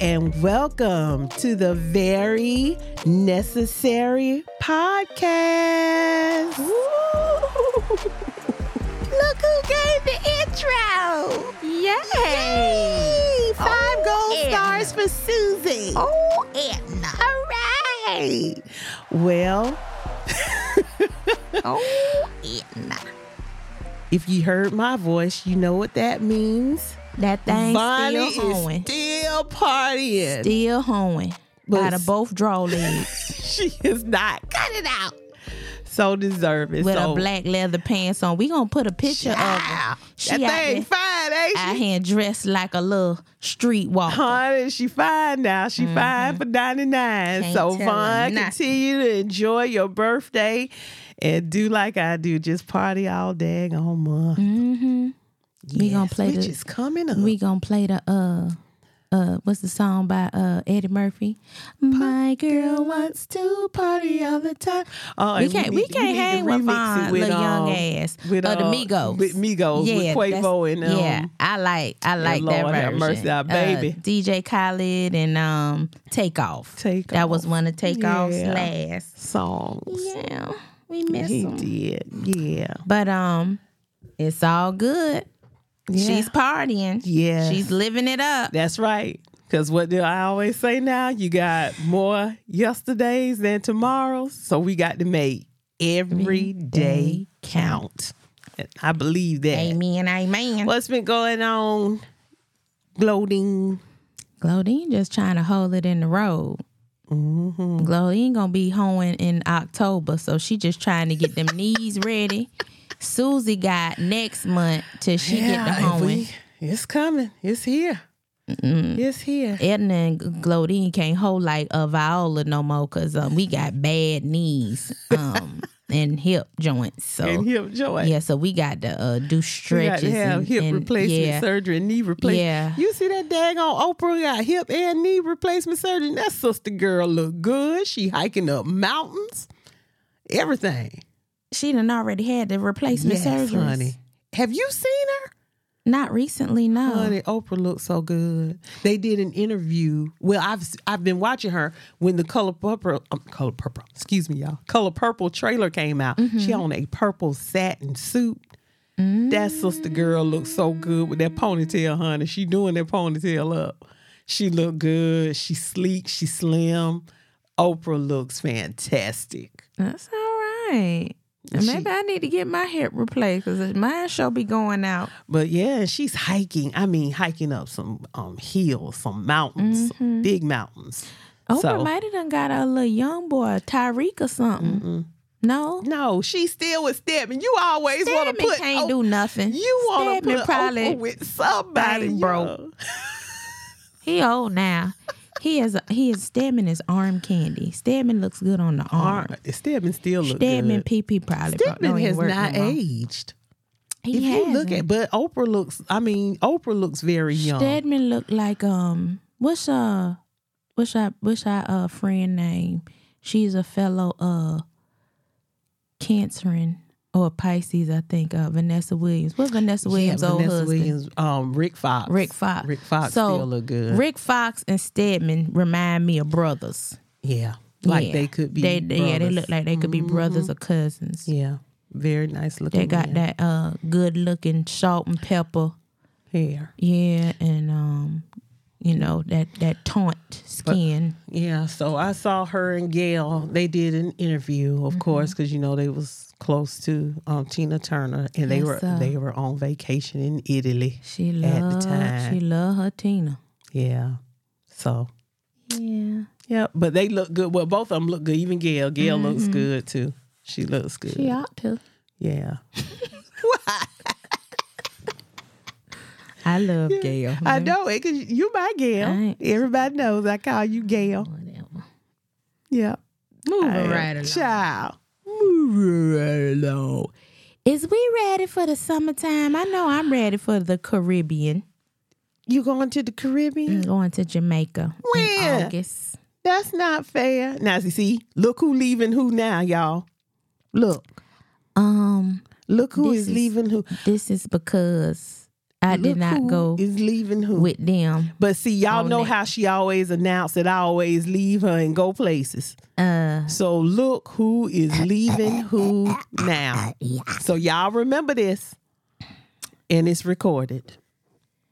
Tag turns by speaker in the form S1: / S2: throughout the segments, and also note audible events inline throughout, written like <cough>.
S1: and welcome to the Very Necessary Podcast. Look who gave the intro!
S2: Yay!
S1: Yay! Five
S2: Oh,
S1: gold
S2: yeah.
S1: stars for Susie.
S2: Oh, Edna.
S1: All right. Well,
S2: Oh, Edna.
S1: if you heard my voice, you know what that means.
S2: That thing
S1: Bonnie
S2: still
S1: is
S2: hoeing.
S1: still partying.
S2: Still hoeing.
S1: But-
S2: Out of
S1: <laughs>
S2: both draw legs
S1: she is not. Cut it out. So deserving.
S2: with
S1: so,
S2: her black leather pants on. We gonna put a picture of her.
S1: Child,
S2: She
S1: that
S2: out
S1: thing
S2: there-
S1: fine, ain't
S2: Out
S1: she?
S2: here dressed like a little street walker.
S1: Honey, she fine now. She fine for 99.
S2: Mm-hmm. Can't
S1: so,
S2: tell her
S1: Vaughn,
S2: nothing.
S1: continue to enjoy your birthday and do like I do. Just party all day all month.
S2: Mm-hmm. We gonna play
S1: which
S2: the-
S1: is coming up.
S2: We gonna play the uh uh what's the song by uh Eddie Murphy? My girl wants to party all the time.
S1: Uh,
S2: We
S1: and
S2: can't
S1: need-
S2: we can't
S1: need to
S2: hang
S1: remix it
S2: with Von
S1: with,
S2: little young
S1: um,
S2: ass
S1: with,
S2: of the
S1: uh,
S2: Migos.
S1: with Migos, with
S2: that's-
S1: Quavo and, um,
S2: yeah, I like I like that
S1: Lord have
S2: version.
S1: mercy, our
S2: Uh,
S1: baby.
S2: DJ Khaled and um Takeoff.
S1: Take
S2: That was one of Takeoff's
S1: Yeah.
S2: last.
S1: songs.
S2: Yeah, we miss
S1: He
S2: him.
S1: did. Yeah.
S2: But um, it's all good.
S1: Yeah.
S2: She's partying.
S1: Yes.
S2: she's living it up.
S1: That's right. Because what do I always say now? You got more yesterdays than tomorrows. So we got to make every day count. And I believe that.
S2: Amen, amen.
S1: What's been going on? Gloating.
S2: Glodine just trying to hold it in the road.
S1: Mm-hmm.
S2: mm Glodine gonna be hoeing in October, so she just trying
S1: <laughs>
S2: to get them knees ready. Susie got next month till she get the
S1: if
S2: hoeing.
S1: we- it's coming. It's here. It's here.
S2: Edna and Glodine can't hold like a Viola no more because um, we got bad knees
S1: <laughs>
S2: um, and hip joints. So
S1: And hip joy.
S2: yeah, so we got to uh,
S1: We
S2: do
S1: got to
S2: stretches.
S1: have
S2: and,
S1: hip
S2: and-
S1: replacement
S2: yeah.
S1: surgery and knee replacement.
S2: Yeah.
S1: You see that daggone Oprah got hip and knee replacement surgery. and That sister girl look good. She hiking up mountains. Everything.
S2: She done already had the replacement surgery.
S1: honey. Have you seen her?
S2: Not recently, no.
S1: Honey, Oprah looks so good. They did an interview. Well, I've I've been watching her when the color purple, um, color purple. Excuse me, y'all. Color purple trailer came out.
S2: Mm-hmm.
S1: She on a purple satin suit.
S2: Mm.
S1: That sister girl looks so good with that ponytail, honey. She doing that ponytail up. She look good. She sleek. She slim. Oprah looks fantastic.
S2: That's all right.
S1: And
S2: Maybe
S1: she-
S2: I need to get my hip replaced because mine sure be going out.
S1: But yeah, she's hiking. I mean, hiking up some um, hills, some mountains, some big mountains.
S2: Mm-hmm. Oprah
S1: So-
S2: Oh, might have done got a little young boy, Tyreek or something. No,
S1: No, she still with Stedman. You always want to
S2: Stedman
S1: put
S2: can't
S1: Op-
S2: do nothing.
S1: You want to
S2: Stedman
S1: put
S2: probably
S1: Oprah with somebody,
S2: ain't broke.
S1: yo.
S2: he old now. <laughs> He is he is Stedman is arm candy. Stedman looks good on the arm.
S1: Alright, Stedman still look
S2: Stedman
S1: good.
S2: PP probably. bro-
S1: Stedman
S2: don't even
S1: has
S2: work no
S1: not
S2: more.
S1: aged.
S2: He
S1: if you look
S2: hasn't.
S1: at, but Oprah looks. I mean, Oprah looks very young.
S2: Stedman looked like um what's uh what's our what's our uh friend name? She's a fellow uh cancerin or Pisces, I think, uh Vanessa Williams. What's Vanessa Williams'
S1: yeah,
S2: old
S1: Vanessa
S2: husband?
S1: Williams, um, Rick Fox.
S2: Rick Fox.
S1: Rick Fox
S2: So,
S1: still look good.
S2: Rick Fox and Stedman remind me of brothers.
S1: yeah, like
S2: Yeah.
S1: they could be.
S2: They, they- yeah, they
S1: brothers. Mm-hmm.
S2: look like they could be brothers or cousins.
S1: Yeah, very nice looking.
S2: They got
S1: man.
S2: that uh good looking salt and pepper.
S1: hair.
S2: Yeah, and um, you know, that that taunt skin.
S1: Yeah, so I saw her and Gail. They did an interview,
S2: Mm-hmm.
S1: of course, 'cause course, because you know they was close to um, Tina Turner, and they
S2: Yes,
S1: were
S2: sir.
S1: they were on vacation in Italy.
S2: She
S1: at the
S2: loved,
S1: time.
S2: She loved her Tina.
S1: Yeah, so
S2: Yeah.
S1: yeah, but they look good. Well, both of them look good. Even Gail, Gail looks good too. She looks good.
S2: Mm-hmm. She ought to.
S1: yeah,
S2: I love Gail.
S1: I know it because you my Gail.
S2: Thanks.
S1: Everybody knows I call you Gail.
S2: Whatever.
S1: Yeah,
S2: Moving
S1: I am.
S2: right along.
S1: child. Move right along.
S2: Is we ready for the summertime? I know I'm ready for the Caribbean.
S1: You going to the Caribbean?
S2: I'm going to Jamaica
S1: When?
S2: in August.
S1: That's not fair. Now see, see, look who leaving who now, y'all. Look,
S2: Um,
S1: look who
S2: This
S1: is
S2: is-
S1: leaving who.
S2: this is because I did
S1: Look
S2: not
S1: who
S2: go
S1: Is leaving who?
S2: with them.
S1: But see, y'all
S2: on
S1: know
S2: that.
S1: how she always announced that I always leave her and go places.
S2: Uh,
S1: So look who is leaving who now. So y'all remember this. And it's recorded.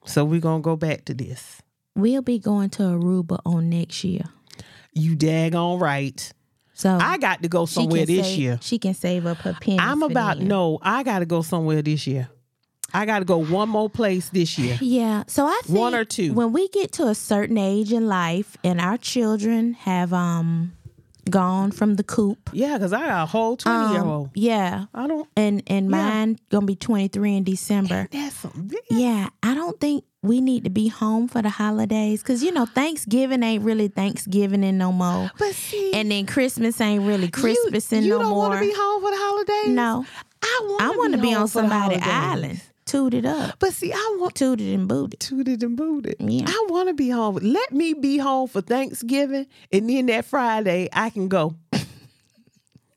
S1: So we're gonna go back to this.
S2: we'll be going to Aruba on next year.
S1: You daggone right.
S2: So
S1: I got to go
S2: she
S1: somewhere
S2: can
S1: this
S2: save-
S1: year.
S2: She can save up her pennies.
S1: I'm
S2: for
S1: about
S2: then.
S1: no, I gotta go somewhere this year. I gotta go one more place this year.
S2: <laughs> Yeah. So I think
S1: One or two.
S2: When we get to a certain age in life, and our children have um gone from the coop. um,
S1: Yeah, because I got a whole 20 year old.
S2: Yeah.
S1: I don't
S2: And and
S1: Yeah.
S2: mine gonna be 23 in December.
S1: that's something.
S2: Yeah, I don't think we need to be home for the holidays because you know Thanksgiving ain't really Thanksgiving in no more,
S1: But see
S2: and then Christmas ain't really Christmas
S1: you,
S2: in
S1: you
S2: no
S1: don't
S2: more.
S1: wanna be home for the holidays?
S2: no,
S1: I want
S2: I want to be on somebody's island, tooted up,
S1: But see, I want
S2: tooted and booted.
S1: tooted and booted.
S2: Yeah.
S1: I want to be home. Let me be home for Thanksgiving, and then that Friday I can go.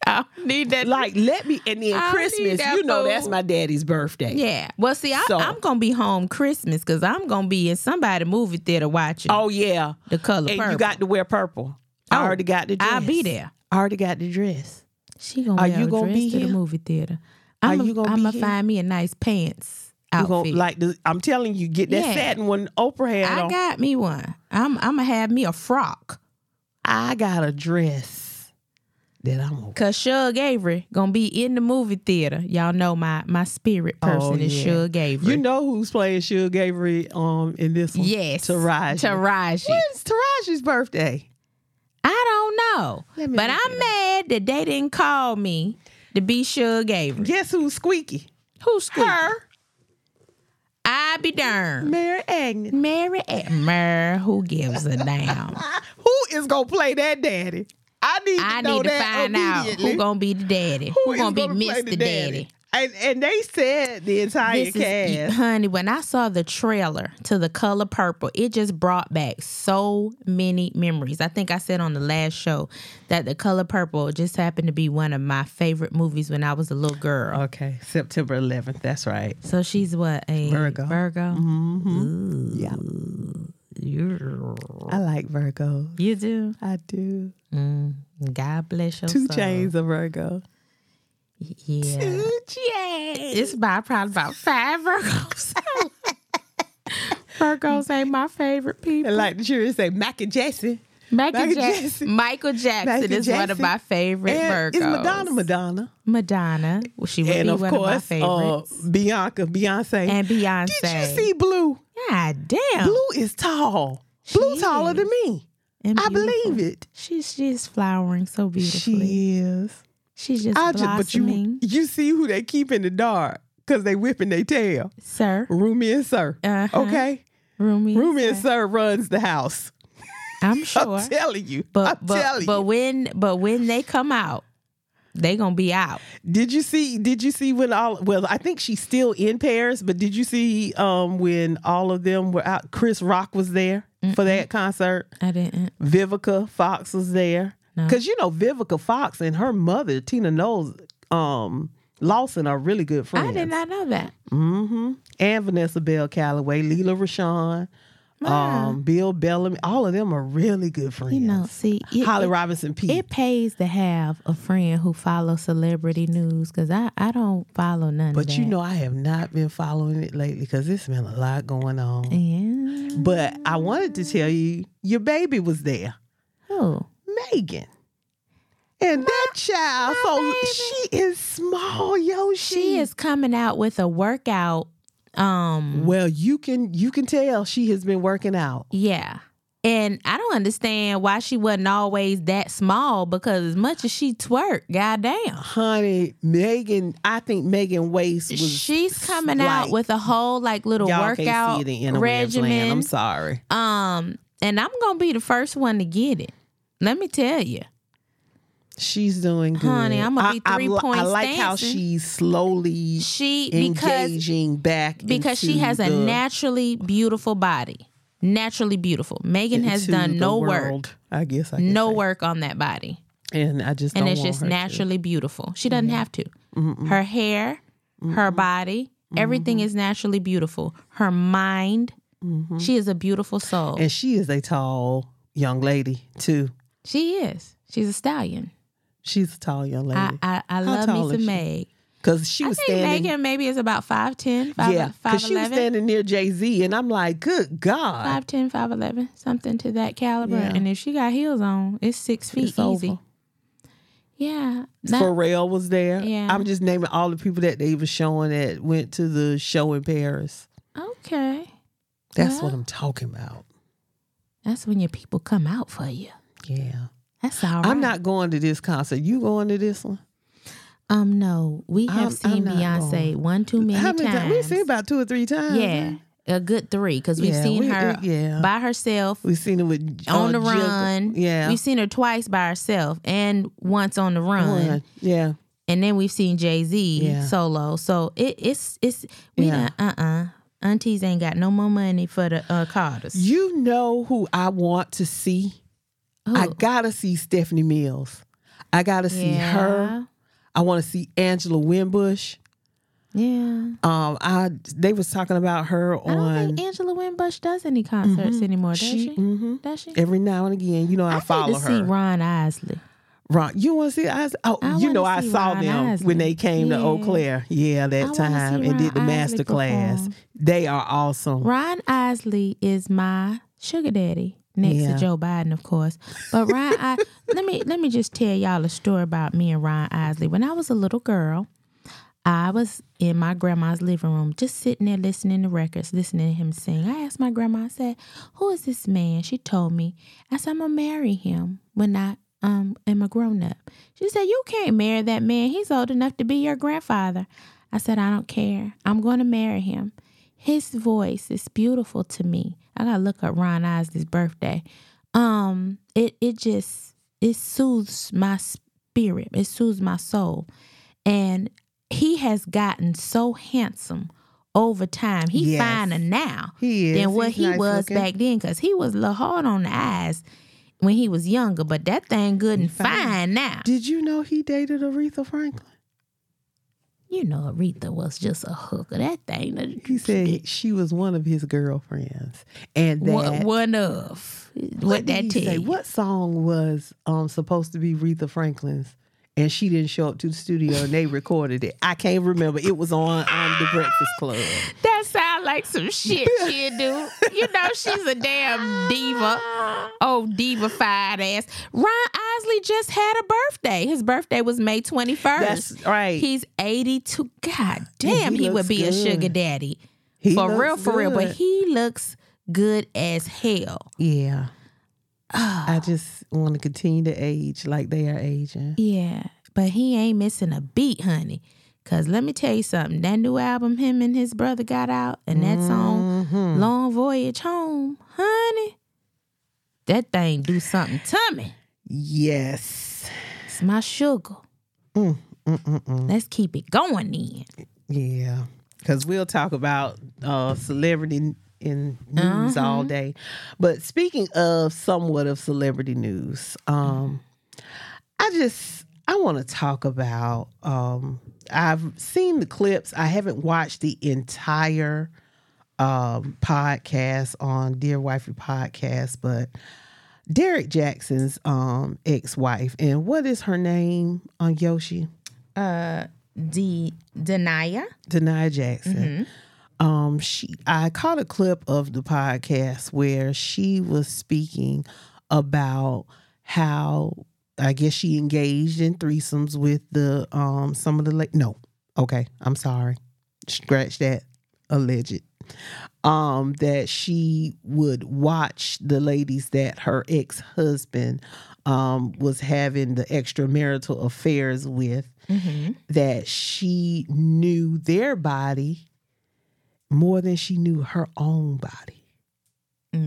S2: I need that.
S1: Like, let me, and then
S2: <laughs> I don't need
S1: Christmas.
S2: that
S1: You know,
S2: food.
S1: that's my daddy's birthday.
S2: yeah. Well, see, I,
S1: So-
S2: I'm gonna be home Christmas because I'm gonna be in somebody movie theater watching
S1: Oh yeah,
S2: the color
S1: and
S2: purple.
S1: you got to wear purple.
S2: Oh,
S1: I already got the dress.
S2: I'll be there.
S1: I already got the dress.
S2: She gonna
S1: Are
S2: wear
S1: you
S2: a
S1: gonna
S2: dress
S1: be
S2: to the
S1: here?
S2: movie theater.
S1: Are
S2: I'm
S1: you gonna
S2: I'm
S1: be
S2: gonna
S1: here?
S2: find me a nice pants
S1: You
S2: outfit.
S1: gonna, like the, I'm telling you, get that
S2: Yeah.
S1: satin one Oprah had
S2: I
S1: on.
S2: got me one. I'm I'm gonna have me a frock.
S1: I got a dress that I'm gonna
S2: Cause Shug Avery gonna be in the movie theater. Y'all know my my spirit person
S1: Oh,
S2: is
S1: yeah.
S2: Shug Avery.
S1: You know who's playing Suge Avery um in this one?
S2: yes,
S1: Taraji.
S2: Taraji.
S1: When's Taraji's birthday?
S2: I don't know,
S1: Let me
S2: but
S1: look
S2: I'm mad that they didn't call me to be Shug Avery.
S1: Guess who's squeaky?
S2: Who's
S1: Her,
S2: I be darned.
S1: Mary
S2: <laughs>
S1: Agnes.
S2: Mary Mer, who gives
S1: <laughs>
S2: a damn?
S1: Who is gonna play that daddy? I need to
S2: I
S1: know
S2: need to
S1: that
S2: find out
S1: immediately.
S2: who gonna be the daddy. Who,
S1: Who is
S2: gonna be
S1: play
S2: Mr.
S1: the
S2: daddy?
S1: And and they said the entire
S2: This is,
S1: cast.
S2: honey, when I saw the trailer to The Color Purple, it just brought back so many memories. I think I said on the last show that The Color Purple just happened to be one of my favorite movies when I was a little girl.
S1: okay, September 11th. That's right.
S2: So she's what a
S1: Virgo.
S2: Virgo.
S1: Yeah,
S2: You,
S1: I like Virgo.
S2: you do.
S1: I do.
S2: Mm, God bless your
S1: Two
S2: soul.
S1: chains of Virgo.
S2: Yeah.
S1: chains.
S2: It's about probably about five <laughs> Virgos. Virgos ain't my favorite people.
S1: I like the jury say Mac and Jesse.
S2: <laughs> Michael,
S1: Michael
S2: Jackson.
S1: Jackson.
S2: Michael Jackson
S1: Michael
S2: is one of
S1: Jackson.
S2: my favorite
S1: And
S2: Virgos.
S1: is Madonna Madonna.
S2: Madonna. Well, she would
S1: and
S2: be
S1: of
S2: one of my
S1: course, uh,
S2: favorites.
S1: Bianca, Beyonce.
S2: and Beyonce.
S1: Did you see Blue?
S2: God damn.
S1: Blue is tall.
S2: She
S1: Blue taller
S2: is.
S1: than me.
S2: And
S1: I
S2: beautiful.
S1: believe it.
S2: She's she's flowering so beautifully.
S1: She is.
S2: she's just
S1: I just, but you
S2: blossoming,
S1: you see who they keep in the dark because they whipping their tail.
S2: sir.
S1: Rumi and Sir.
S2: Uh-huh.
S1: Okay.
S2: Rumi,
S1: Rumi and Sir runs the house.
S2: I'm sure.
S1: I'm telling you.
S2: But
S1: I'm
S2: but
S1: telling
S2: but
S1: you.
S2: when but when they come out, they gonna be out.
S1: Did you see? Did you see when all? Well, I think she's still in Paris, but did you see um when all of them were out? Chris Rock was there for that concert.
S2: I didn't.
S1: Vivica Fox was there
S2: No.
S1: because you know Vivica Fox and her mother Tina Knowles um, Lawson are really good friends.
S2: I did not know that.
S1: hmm And Vanessa Bell Calloway, Leela Rashawn, um, Bill Bellamy, all of them are really good friends.
S2: You know, see, it,
S1: Holly
S2: it-
S1: Robinson Pete.
S2: It pays to have a friend who follows celebrity news because I, I don't follow none of
S1: but
S2: that.
S1: you know, I have not been following it lately because it's been a lot going on.
S2: yeah.
S1: But I wanted to tell you, your baby was there,
S2: Oh,
S1: Megan. And that child, so she is small, yo.
S2: she is coming out with a workout. Um,
S1: Well, you can you can tell she has been working out.
S2: yeah. And I don't understand why she wasn't always that small because as much as she twerk, goddamn,
S1: Honey, Megan, I think Megan Waste was
S2: she's coming out
S1: like-
S2: with a whole like little
S1: y'all
S2: workout
S1: can't see it in a man's land. I'm
S2: regimen.
S1: sorry.
S2: Um, and I'm gonna be the first one to get it. Let me tell you.
S1: She's doing good.
S2: Honey, I'ma
S1: I-
S2: be
S1: I
S2: three
S1: li- I,
S2: points
S1: like how
S2: dancing.
S1: she's slowly
S2: She because
S1: engaging back
S2: because she
S1: into
S2: has a
S1: the-
S2: naturally beautiful body. Naturally beautiful. Megan has
S1: into
S2: done
S1: the
S2: no work.
S1: world, I guess I can
S2: No
S1: say.
S2: work on that body.
S1: and I just
S2: And
S1: don't
S2: it's
S1: want Mm-hmm.
S2: just
S1: her to. Mm-hmm.
S2: naturally beautiful. She doesn't have to. Her hair, her body, Everything is naturally beautiful. Her mind, she is a beautiful soul.
S1: Mm-hmm. And she is a tall young lady too.
S2: she is. She's a stallion.
S1: She's a tall young
S2: I
S1: lady.
S2: I, I
S1: How tall
S2: love me
S1: is
S2: some
S1: she?
S2: Meg.
S1: Because she
S2: I
S1: was
S2: think
S1: standing.
S2: Megan maybe is about 5'10", 5'11",
S1: yeah, because she was standing near Jay Z, and I'm like, good God.
S2: 5'10", 5'11", something to that caliber.
S1: Yeah.
S2: And if she got heels on, it's six feet
S1: It's
S2: easy.
S1: over.
S2: Yeah. That-
S1: Pharrell was there.
S2: Yeah.
S1: I'm just naming all the people that they were showing that went to the show in Paris.
S2: okay.
S1: That's
S2: Well.
S1: what I'm talking about.
S2: That's when your people come out for you.
S1: Yeah.
S2: That's all right.
S1: I'm not going to this concert. You going to this one?
S2: Um, no, we
S1: I'm-
S2: have
S1: I'm
S2: seen
S1: not
S2: Beyonce
S1: going.
S2: one too many,
S1: How many times?
S2: times.
S1: We've seen about two or three times.
S2: yeah, a good three because we've
S1: Yeah,
S2: seen
S1: we-
S2: her
S1: we- yeah.
S2: by herself
S1: We've seen it with uh,
S2: on the
S1: Jig-
S2: run.
S1: Yeah.
S2: we've seen her twice by herself and once on the run,
S1: One. Yeah.
S2: and then we've seen Jay Z
S1: Yeah.
S2: solo. So it, it's it's we
S1: Yeah.
S2: uh uh aunties ain't got no more money for the uh, Carters.
S1: You know who I want to see?
S2: Who?
S1: I gotta see Stephanie Mills. I gotta see her. I want to see Angela Winbush.
S2: Yeah,
S1: Um, I they was talking about her
S2: I don't
S1: on
S2: think Angela Winbush does any concerts anymore. Does she?
S1: mhm.
S2: Does she?
S1: every now and again. You know, I,
S2: need
S1: follow
S2: to
S1: her.
S2: see Ron Isley.
S1: Ron, you want to see? I, oh,
S2: I
S1: you know,
S2: wanna
S1: I
S2: see
S1: saw
S2: Ron
S1: them
S2: Isley.
S1: when they came to Eau
S2: Yeah.
S1: Claire. Yeah,
S2: I
S1: that
S2: wanna
S1: time
S2: see
S1: and did the
S2: Ron
S1: master
S2: Isley
S1: class.
S2: perform.
S1: They are awesome.
S2: Ron Isley is my sugar daddy next
S1: Yeah.
S2: to Joe Biden, of course. But Ron, I, <laughs> let me let me just tell y'all a story about me and Ron Isley. When I was a little girl, I was in my grandma's living room, just sitting there listening to records, listening to him sing. I asked my grandma, I said, "Who is this man?" She told me. I said, "I'm gonna marry him when I um am a grown up." She said, "You can't marry that man. He's old enough to be your grandfather." I said, "I don't care. I'm going to marry him. His voice is beautiful to me. I gotta look up Ron Isley's birthday. Um, it it just it soothes my spirit. It soothes my soul, and he has gotten so handsome over time. He's
S1: Yes.
S2: finer now
S1: He is.
S2: than what
S1: He's
S2: he
S1: nice
S2: was
S1: looking.
S2: back then, because he was a little hard on the eyes when he was younger. But that thing good and
S1: fine.
S2: fine now.
S1: Did you know he dated Aretha Franklin?
S2: You know, Aretha was just a hooker. That thing.
S1: He
S2: <laughs>
S1: said she was one of his girlfriends, and that.
S2: What, one of what,
S1: what did
S2: that
S1: he
S2: tell
S1: say?
S2: you?
S1: What song was um supposed to be Aretha Franklin's, and she didn't show up to the studio, and they recorded it. I can't remember. It was on um, the Breakfast Club.
S2: That sound like some
S1: <laughs>
S2: shit she do. You know she's a damn diva. Oh, diva-fied ass. Ron Isley just had a birthday. His birthday was May 21st.
S1: That's right.
S2: He's 82. God damn,
S1: he
S2: he, would
S1: looks
S2: be a sugar
S1: good.
S2: daddy.
S1: He
S2: for
S1: looks
S2: real, for real. But
S1: good.
S2: he looks good as hell. <sighs>
S1: Yeah. I just want to continue to age like they are aging.
S2: Yeah, but he ain't missing a beat, honey. Cause let me tell you something. That new album him and his brother got out, and that song "Long Voyage Home," honey. That thing do something to me.
S1: Yes.
S2: It's my sugar. Let's keep it going then.
S1: Yeah. Because we'll talk about uh, celebrity n- in news all day. But speaking of somewhat of celebrity news, um, I just I want to talk about. Um, I've seen the clips. I haven't watched the entire um, podcast on Dear Wifey podcast, but Derek Jackson's um, ex-wife and what is her name on Yoshi?
S2: D Denia.
S1: Denia Jackson. Um, she I caught a clip of the podcast where she was speaking about how I guess she engaged in threesomes with the um some of the la- no okay I'm sorry scratch that alleged um that she would watch the ladies that her ex-husband um was having the extramarital affairs with
S2: Mm-hmm.
S1: that she knew their body more than she knew her own body.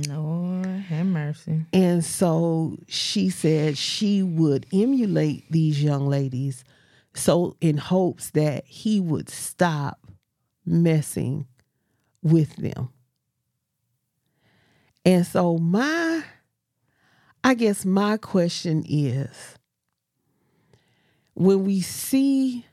S2: Lord have mercy.
S1: And so she said she would emulate these young ladies so in hopes that he would stop messing with them. And so my I guess my question is when we see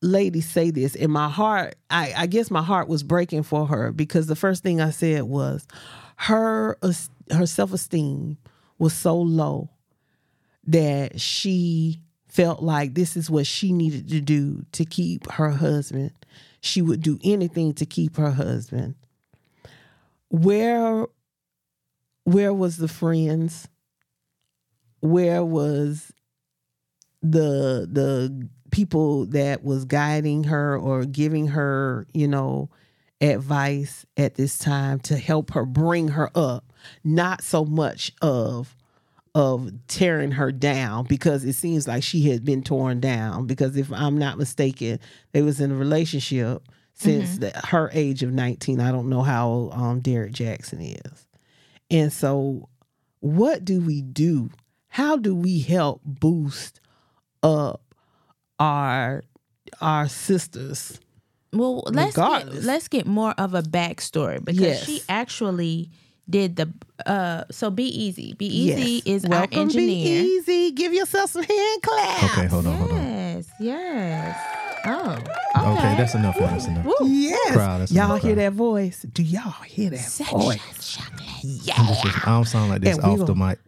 S1: lady say this and my heart I, I guess my heart was breaking for her because the first thing i said was her es- her self-esteem was so low that she felt like this is what she needed to do to keep her husband she would do anything to keep her husband where where was the friends where was the the people that was guiding her or giving her you know advice at this time to help her bring her up not so much of of tearing her down because it seems like she had been torn down because if i'm not mistaken they was in a relationship since the, her age of 19 i don't know how old um, derek jackson is and so what do we do how do we help boost up our our sisters
S2: Well, let's get,
S1: Regardless.
S2: let's get more of a backstory because
S1: Yes.
S2: she actually did the uh so be easy. Be easy
S1: Yes.
S2: is
S1: welcome
S2: our
S1: be
S2: engineer.
S1: easy give yourself some hand claps
S3: Okay, hold on, hold on.
S2: Yes, yes. Oh, okay.
S3: Okay, that's enough. That's enough.
S2: Woo.
S1: yes
S3: Crowd, that's
S1: y'all
S3: enough
S1: hear
S3: crowd.
S1: that voice do y'all hear that voice
S3: This is- I don't sound like this
S1: And we
S3: off the
S1: gon-
S3: mic.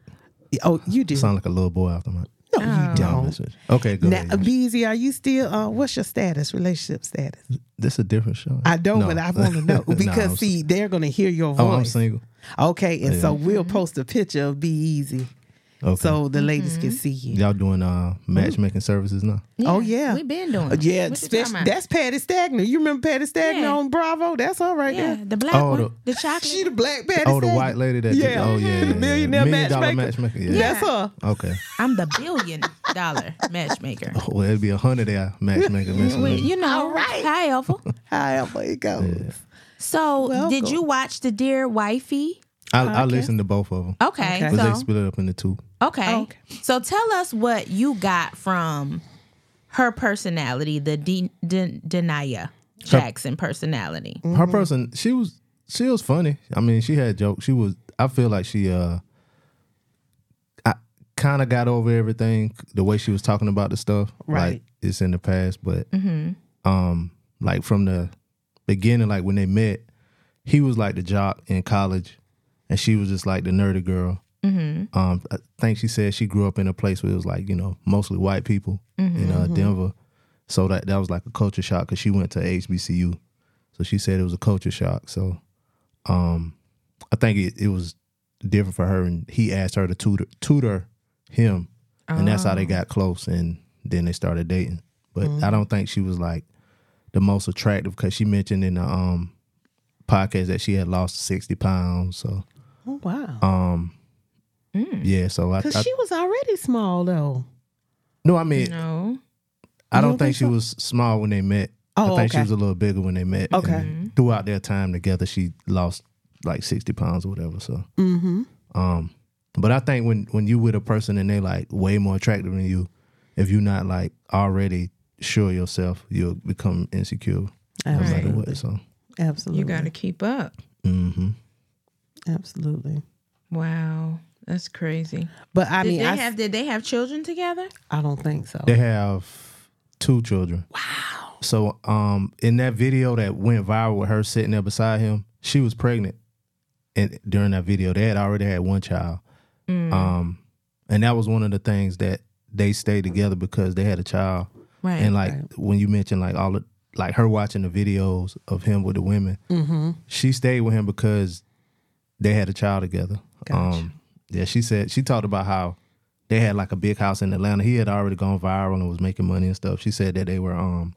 S1: oh you do
S3: Sound like a little boy off the mic.
S1: no
S2: Oh.
S1: you
S3: No,
S1: don't
S3: this is- Okay, go
S1: now,
S3: ahead.
S1: BZ, are you still? Uh, what's your status? Relationship status?
S3: This is a different show.
S1: I don't,
S3: No.
S1: but I want to know
S3: <laughs> No,
S1: because
S3: I'm-
S1: see, they're gonna hear your voice.
S3: oh, I'm single.
S1: Okay, and so we'll post a picture of Be Easy,
S3: Okay.
S1: so the ladies can
S2: Mm-hmm.
S1: see you.
S3: y'all doing uh matchmaking services now?
S1: Oh, yeah.
S2: We've been doing.
S1: Uh,
S2: it.
S1: Yeah,
S2: What you talking
S1: spec-
S2: about?
S1: that's Patty Stagner. You remember Patty Stagner
S2: Yeah.
S1: on Bravo? That's all right
S2: yeah,
S1: there.
S2: the black
S3: Oh,
S2: one,
S3: the-
S2: the
S1: She
S2: chocolate.
S1: the black Patty.
S3: Oh, the
S1: Stagner.
S3: white lady that.
S1: Yeah.
S3: Did, oh yeah, yeah, yeah.
S1: The millionaire
S3: Million dollar
S1: matchmaker.
S3: matchmaker. Yeah.
S1: That's her.
S3: Okay.
S2: I'm the billion dollar <laughs> matchmaker.
S3: Well, it'd be a hundred there
S1: <laughs>
S3: matchmaker messing
S2: Well,
S3: with you.
S2: you know, however.
S1: However it goes.
S2: So, did
S1: Welcome.
S2: you watch the Dear Wifey?
S3: I,
S1: Oh,
S3: I listened to both of them.
S2: Okay,
S1: Okay.
S3: Cause they
S2: so
S3: split it up into two.
S2: okay.
S1: Oh, okay.
S2: So tell us what you got from her personality, the De- De- Denia Jackson personality.
S3: her person she was she was funny i mean she had jokes she was i feel like she uh i kind of got over everything the way she was talking about the stuff like
S1: Right.
S3: it's in the past but um like from the beginning like when they met he was like the jock in college and she was just like the nerdy girl um i think she said she grew up in a place where it was like you know mostly white people in uh, denver so that that was like a culture shock because she went to hbcu so she said it was a culture shock. So um I think it, it was different for her and he asked her to tutor tutor him and that's how they
S1: Oh.
S3: got close and then they started dating. But
S1: Mm-hmm.
S3: I don't think she was like the most attractive because she mentioned in the um podcast that she had lost sixty pounds. So
S1: Oh, wow.
S3: um yeah, so I,
S1: Hmm. Cause
S3: I
S1: she was already small though.
S3: no, I mean
S2: No.
S3: I don't
S1: don't think
S3: think she
S1: so?
S3: was small when they met.
S1: Oh,
S3: I think she
S1: okay.
S3: was a little bigger when they met.
S1: Okay. Mm-hmm.
S3: And Throughout their time together, she lost like sixty pounds or whatever. So,
S1: Mm-hmm.
S3: um, but I think when when you with a person and they like way more attractive than you, if you're not like already sure yourself, you'll become insecure no matter
S1: Absolutely.
S3: what. So,
S1: Absolutely.
S2: keep up.
S3: hmm
S1: Absolutely.
S2: Wow. That's crazy.
S1: But I
S2: Did
S1: mean,
S2: they
S1: I,
S2: have did they have children together?
S1: I don't think so.
S3: they have two children. Wow. So, um, in that video that went viral with her sitting there beside him, she was pregnant, and during that video, they had already had one child. Um, and that was one of the things that they stayed together because they had a child.
S2: Right.
S3: And um, like when you mentioned like all the like her watching the videos of him with the women,
S2: Mm-hmm.
S3: she stayed with him because they had a child together. Um, yeah, she said she talked about how they had like a big house in Atlanta. He had already gone viral and was making money and stuff. She said that they were um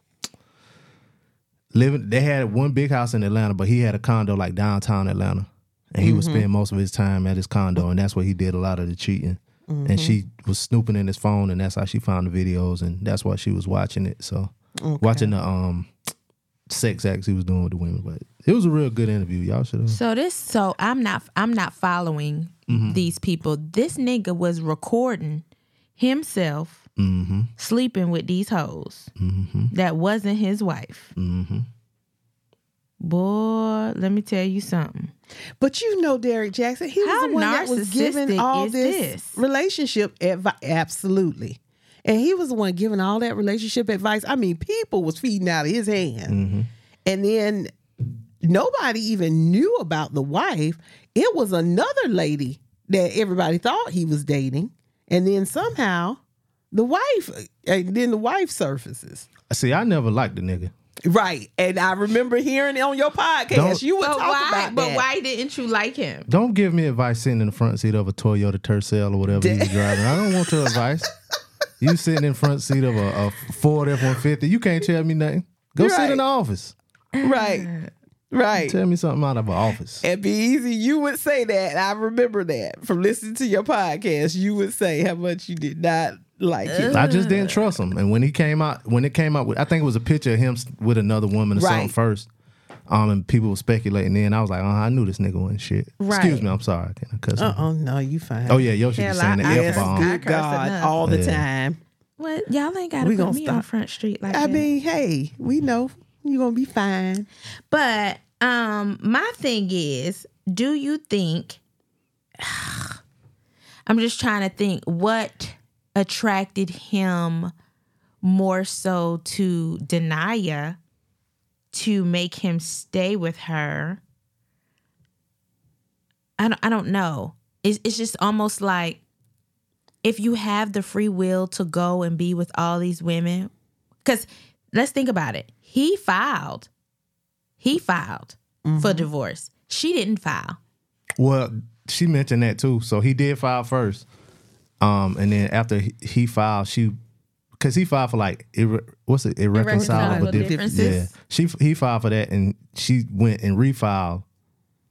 S3: living. They had one big house in Atlanta, but he had a condo like downtown Atlanta, and he would spend most of his time at his condo, and that's where he did a lot of the cheating. And she was snooping in his phone, and that's how she found the videos, and that's why she was watching it. So watching the um sex acts he was doing with the women, but it was a real good interview. Y'all should have.
S2: so this so I'm not I'm not following
S3: Mm-hmm.
S2: these people. This nigga was recording himself
S3: Mm-hmm.
S2: sleeping with these hoes
S3: Mm-hmm.
S2: that wasn't his wife.
S3: Mm-hmm.
S2: Boy, let me tell you something.
S1: But you know, Derek Jackson, he
S2: How
S1: was the one that was
S2: narcissistic
S1: giving all
S2: is
S1: this,
S2: this?
S1: relationship advice. Absolutely. And he was the one giving all that relationship advice. I mean, people was feeding out of his hand. And then nobody even knew about the wife. It was another lady that everybody thought he was dating. And then somehow the wife and then the wife surfaces.
S3: See, I never liked the nigga.
S1: Right. And I remember hearing it on your podcast.
S3: Don't-
S1: you would
S2: But
S1: talk
S2: why?
S1: about
S2: But
S1: that.
S2: why didn't you like him?
S3: Don't give me advice sitting in the front seat of a Toyota Tercel or
S2: <laughs>
S3: whatever you was driving. I don't want your advice. You sitting in front seat of a, a Ford F one fifty. You can't tell me nothing. Go sit
S1: Right.
S3: in the office.
S1: Right. Right.
S3: Tell me something out of an office.
S1: And be easy. You would say that. I remember that from listening to your podcast. You would say how much you did not like him.
S3: I just didn't trust him. And when he came out, when it came out, with, I think it was a picture of him s- with another woman or something
S1: Right.
S3: first. Um, and people were speculating. Then I was like, oh, I knew this nigga wasn't shit. Excuse
S2: Right. Uh-uh.
S3: me, I'm sorry. Can I cuss him?
S1: Oh no, you fine.
S3: Oh yeah, Yoshi
S2: Hell,
S3: was saying the
S2: I- I
S3: F
S1: Yes,
S2: bomb.
S3: bomb.
S1: good God,
S2: enough.
S1: all the
S3: Yeah.
S1: time.
S2: What y'all ain't gotta
S1: We
S2: put
S1: gonna
S2: me on
S1: stop.
S2: Front Street like
S1: I
S2: that.
S1: mean, hey, we know you're gonna be fine.
S2: But um my thing is, do you think <sighs> I'm just trying to think what attracted him more so to Denia to make him stay with her? I don't I don't know. It's it's just almost like if you have the free will to go and be with all these women, because let's think about it. He filed. He filed
S1: Mm-hmm.
S2: for divorce. She didn't file.
S3: Well, she mentioned that too. So he did file first. Um, and then after he, he filed, she because he filed for like irre, what's it irreconcilable,
S2: Irreconcilable
S3: dif- Yeah,
S2: differences.
S3: she he filed for that, and she went and refiled,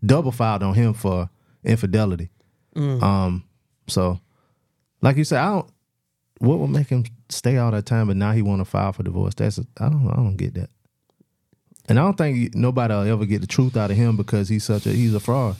S3: double filed on him for infidelity. Um, so like you said, I don't. What would make him stay all that time, but now he want to file for divorce? That's I don't I don't get that. And I don't think nobody will ever get the truth out of him because he's such a he's a fraud.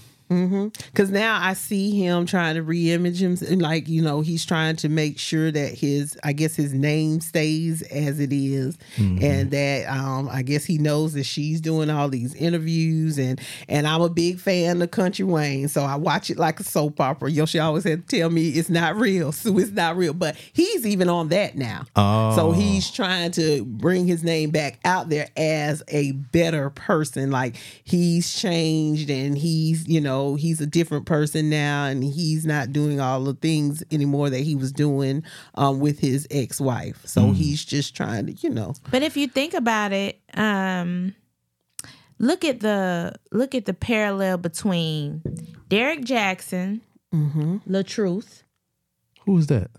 S1: Cause now I see him trying to re-image him, and like you know, he's trying to make sure that his, I guess, his name stays as it is, and that um, I guess he knows that she's doing all these interviews, and and I'm a big fan of Country Wayne, so I watch it like a soap opera. Yoshi always had to tell me it's not real, <laughs> Sue, it's not real, but he's even on that now.
S3: Oh.
S1: So he's trying to bring his name back out there as a better person. Like he's changed and he's, you know, he's a different person now and he's not doing all the things anymore that he was doing um, with his ex wife. So
S3: Mm.
S1: he's just trying to, you know.
S2: But if you think about it, um, look at the look at the parallel between Derek Jackson,
S1: Mm-hmm.
S2: Latruth.
S3: Who is that?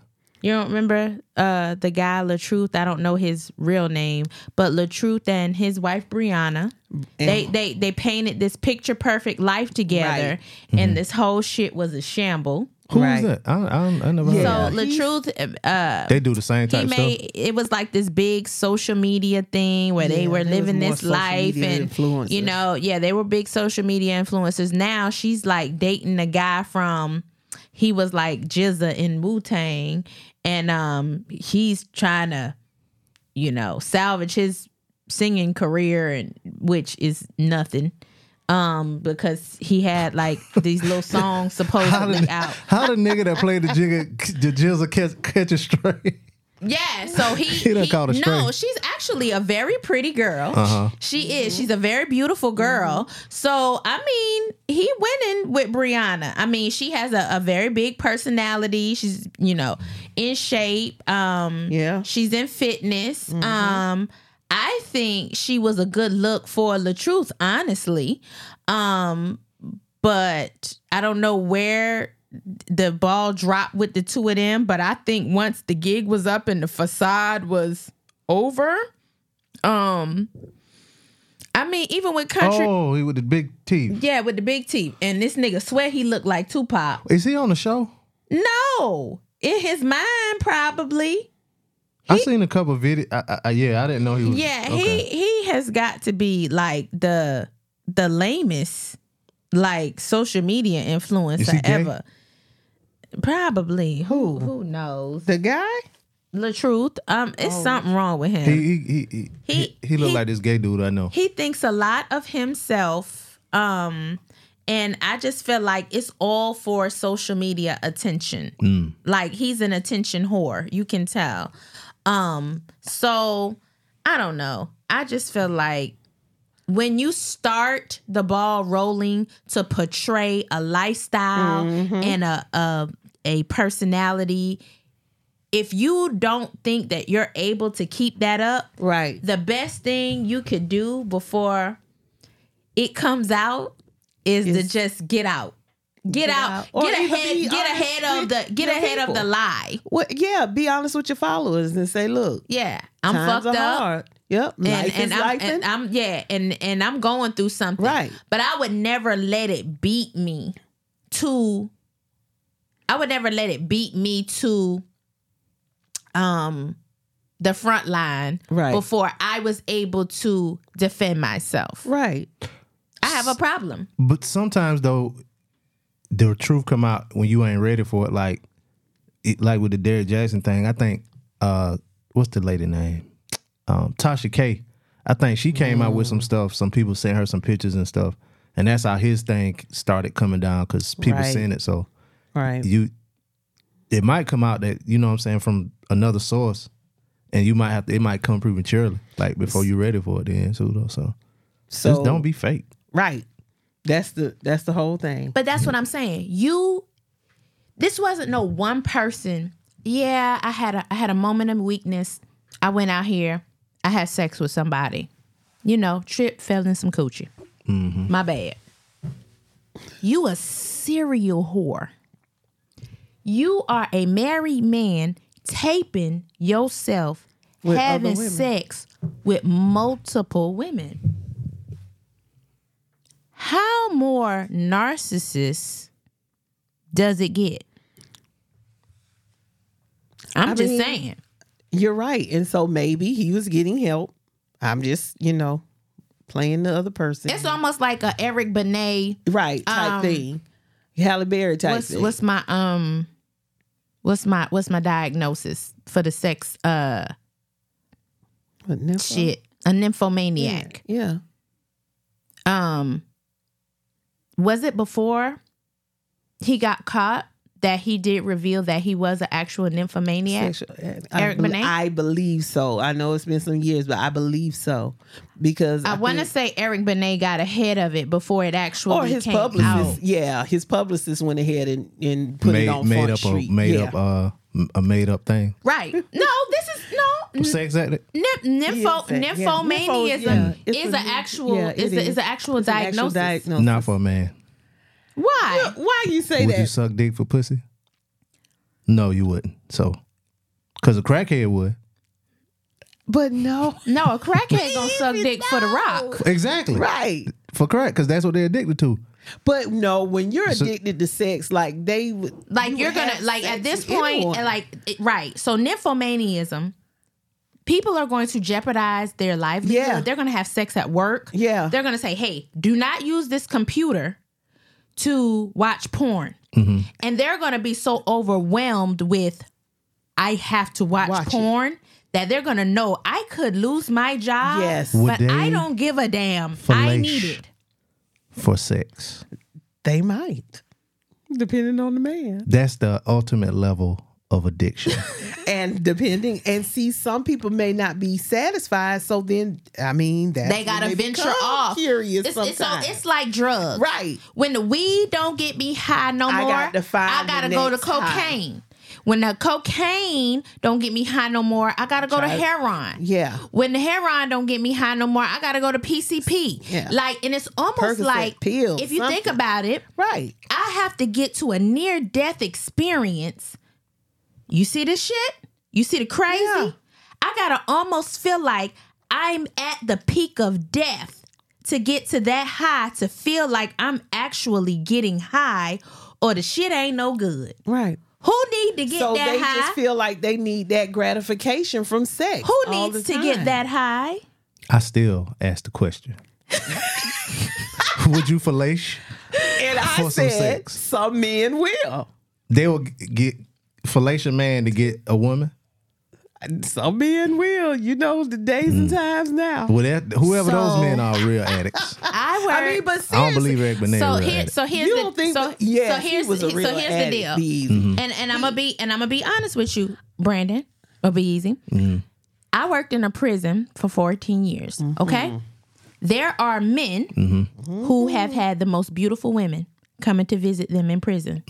S2: You don't remember uh, the guy Latruth? I don't know his real name, but Latruth and his wife Brianna.
S1: Mm.
S2: They they they painted this picture perfect life together,
S1: Mm-hmm.
S2: and this whole shit was a shamble.
S3: Who is
S1: Right.
S3: that? I, I, I never
S1: Yeah,
S3: heard
S2: so
S3: of that.
S1: he's-
S2: Latruth uh,
S3: They do the same type
S2: he made
S3: stuff.
S2: it was like this big social media thing where they
S1: Yeah,
S2: were
S1: they was
S2: living
S1: more
S2: this
S1: social
S2: life
S1: media
S2: and
S1: influencers.
S2: you know yeah they were big social media influencers now she's like dating a guy from he was like Jizza in Wu Tang and um he's trying to you know salvage his singing career and which is nothing um because he had like
S1: <laughs>
S2: these little songs supposedly out
S3: How the nigga that played the jigga, <laughs> the jizzle catch, catch
S2: <laughs>
S3: it straight?
S2: Yeah, so he,
S3: <laughs> He done
S2: he-
S3: called her Uh-huh.
S2: no,
S3: straight.
S2: she's actually a very pretty girl. She is. She's a very beautiful girl. So I mean, he went in with Brianna. I mean, she has a, a very big personality. She's you know in shape. Um,
S1: Yeah.
S2: she's in fitness. Um, I think she was a good look for Latruth, honestly. Um, but I don't know where the ball dropped with the two of them. But I think once the gig was up and the facade was over, um, I mean, even with country,
S3: Oh, he with the big teeth.
S2: yeah, with the big teeth, and this nigga swear he looked like Tupac.
S3: Is he on the show?
S2: No, in his mind, probably.
S3: I seen a couple videos. I, I, I, yeah, I didn't know he was.
S2: Yeah,
S3: okay.
S2: he he has got to be like the the lamest like social media
S3: Is he
S2: influencer
S3: gay? Oh.
S2: ever. Probably. Who who knows?
S1: The guy?
S2: The truth. Um, it's something wrong with him.
S3: Oh. He he he he,
S2: He-
S3: he, looked
S2: he-
S3: like this gay dude I know.
S2: he thinks a lot of himself um And I just feel like it's all for social media attention. Like he's an attention whore, you can tell. Um, so I don't know. I just feel like when you start the ball rolling to portray a lifestyle and a, a a personality, if you don't think that you're able to keep that up,
S1: Right.
S2: the best thing you could do before it comes out is to
S1: Is-
S2: just get out. Get, out.
S1: out. Or
S2: Get
S1: even
S2: ahead
S1: be
S2: get
S1: honest
S2: ahead of
S1: with
S2: the get
S1: your
S2: ahead of the
S1: people.
S2: lie.
S1: Well, yeah, be honest with your followers and say, look,
S2: Yeah. I'm
S1: times
S2: fucked
S1: are
S2: up.
S1: hard. Yep.
S2: And,
S1: life is
S2: and, I'm,
S1: life
S2: and I'm yeah, and and I'm going through something.
S1: Right.
S2: But I would never let it beat me to I would never let it beat me to um the front line
S1: Right.
S2: before I was able to defend myself.
S1: right.
S2: I have a problem.
S3: But sometimes though, the truth come out when you ain't ready for it. Like, it, like with the Derrick Jackson thing, I think uh, what's the lady name? Um, Tasha K. I think she came out with some
S1: Mm.
S3: stuff. Some people sent her some pictures and stuff, and that's how his thing started coming down because people
S1: Right.
S3: seen it. So
S1: Right.
S3: you, it might come out that you know what I'm saying from another source, and you might have to. It might come prematurely, like before you're ready for it. Then so so
S1: So
S3: just don't be fake.
S1: right. That's the that's the whole thing.
S2: But that's what I'm saying. You this wasn't no one person. Yeah, I had a I had a moment of weakness. I went out here. I had sex with somebody. You know, trip fell in some coochie. My bad. You a serial whore. You are a married man taping yourself
S1: With other
S2: having
S1: women.
S2: sex with multiple women. How more narcissist does it get? I'm
S1: I
S2: just
S1: mean-
S2: saying.
S1: You're right. And so maybe he was getting help. I'm just, you know, playing the other person.
S2: It's almost like a Eric Benet.
S1: right type
S2: um,
S1: thing. Halle Berry type
S2: What's
S1: thing.
S2: what's my um what's my what's my diagnosis for the sex uh
S1: What, nympho?
S2: shit? A nymphomaniac.
S1: Yeah.
S2: Um was it before he got caught that he did reveal that he was an actual nymphomaniac?
S1: Sexual- uh, I,
S2: Eric
S1: bel-
S2: Benet?
S1: I believe so. I know it's been some years, but I believe so because
S2: I want to
S1: think-
S2: say Eric Benet got ahead of it before it actually
S1: or his
S2: came
S1: publicist.
S2: out.
S1: Yeah, his publicist went ahead and, and put
S3: made,
S1: it on
S3: made
S1: Front
S3: up
S1: Street.
S3: a made
S1: yeah.
S3: up uh, m- a made up thing.
S2: Right. No, this is no.
S1: Hmm.
S2: n-
S3: Sex addict.
S2: Nymph, nympho,
S1: Yeah, it's a- yeah.
S2: nymphomania
S1: Nympho-
S2: is
S1: yeah,
S2: a
S1: it's
S2: is
S1: a-
S2: an actual
S1: yeah,
S2: is,
S1: it
S2: a,
S1: is.
S2: is an actual
S1: It's an
S2: diagnosis.
S1: actual diagnosis.
S3: Not for a man.
S2: Why?
S1: Why you say
S3: Would
S1: that?
S3: you suck dick for pussy? No, you wouldn't. So, cause a crackhead would.
S1: but no, <laughs>
S2: No, a crackhead gonna suck
S1: Please,
S2: dick for the
S1: no.
S2: rock.
S3: Exactly.
S1: right?
S3: For crack, cause that's what they're addicted to.
S1: But no, when you're addicted to sex, like they would,
S2: Like
S1: you
S2: you are
S1: would
S2: gonna
S1: have
S2: like
S1: sex
S2: at this
S1: with
S2: point,
S1: anyone.
S2: like it- right. So nymphomaniaism, people are going to jeopardize their livelihood.
S1: Yeah.
S2: They're gonna have sex at work.
S1: yeah,
S2: They're gonna say, "Hey, do not use this computer to watch porn,"
S1: Mm-hmm.
S2: and they're gonna be so overwhelmed with, "I have to watch,
S1: Watch it.
S2: porn." That they're gonna know I could lose my job,
S1: Yes.
S3: Would
S2: but I
S3: they
S2: don't give a damn. I
S3: fellate?
S2: need it.
S3: For sex,
S1: they might, depending on the man,
S3: that's the ultimate level of
S1: <laughs>
S3: addiction.
S1: and depending, and see, some people may not be satisfied. So then, I mean, that's
S2: They gotta
S1: when
S2: venture
S1: become
S2: off.
S1: Curious,
S2: It's, it's, so
S1: sometimes.
S2: it's like drugs,
S1: right.
S2: When the weed don't get me high no
S1: I
S2: more,
S1: got to find
S2: I gotta
S1: the
S2: go to
S1: next high.
S2: cocaine. When the cocaine don't get me high no more, I gotta go to
S1: Try-
S2: heroin.
S1: Yeah,
S2: when the heroin don't get me high no more, I gotta go to PCP.
S1: Yeah.
S2: Like, and it's almost
S1: Percocet,
S2: like
S1: pill,
S2: if you think
S1: something.
S2: about it,
S1: right.
S2: I have to get to a near death experience. You see this shit? You see the crazy?
S1: Yeah.
S2: I gotta almost feel like I'm at the peak of death to get to that high to feel like I'm actually getting high or the shit ain't no good.
S1: Right.
S2: Who need to get
S1: So
S2: that
S1: they
S2: high?
S1: just feel like they need that gratification from sex.
S2: Who
S1: all
S2: needs
S1: the
S2: to get
S1: time.
S2: that high?
S3: I still ask the question: Would you fellate?
S1: And I
S3: for some
S1: said
S3: sex?
S1: some men will.
S3: They will g- get fellation man to get a woman.
S1: Some men will, you know, the days and times now.
S3: Mm. Well, that, whoever
S2: So-
S3: those men are
S1: <laughs>
S3: real addicts.
S2: I work.
S1: I mean, but seriously,
S3: I don't believe Eric Benet
S2: so
S3: real
S2: here,
S3: addict.
S2: so here's
S1: you
S2: the
S1: don't think?
S2: so,
S1: yes,
S2: so here's
S1: he was a real
S2: so here's
S1: addict,
S2: the deal.
S1: Beezy.
S3: Mm-hmm.
S2: and and I'm gonna be and I'm gonna be honest with you, Brandon or be easy. I worked in a prison for 14 years. Okay, there are men who have had the most beautiful women coming to visit them in prison.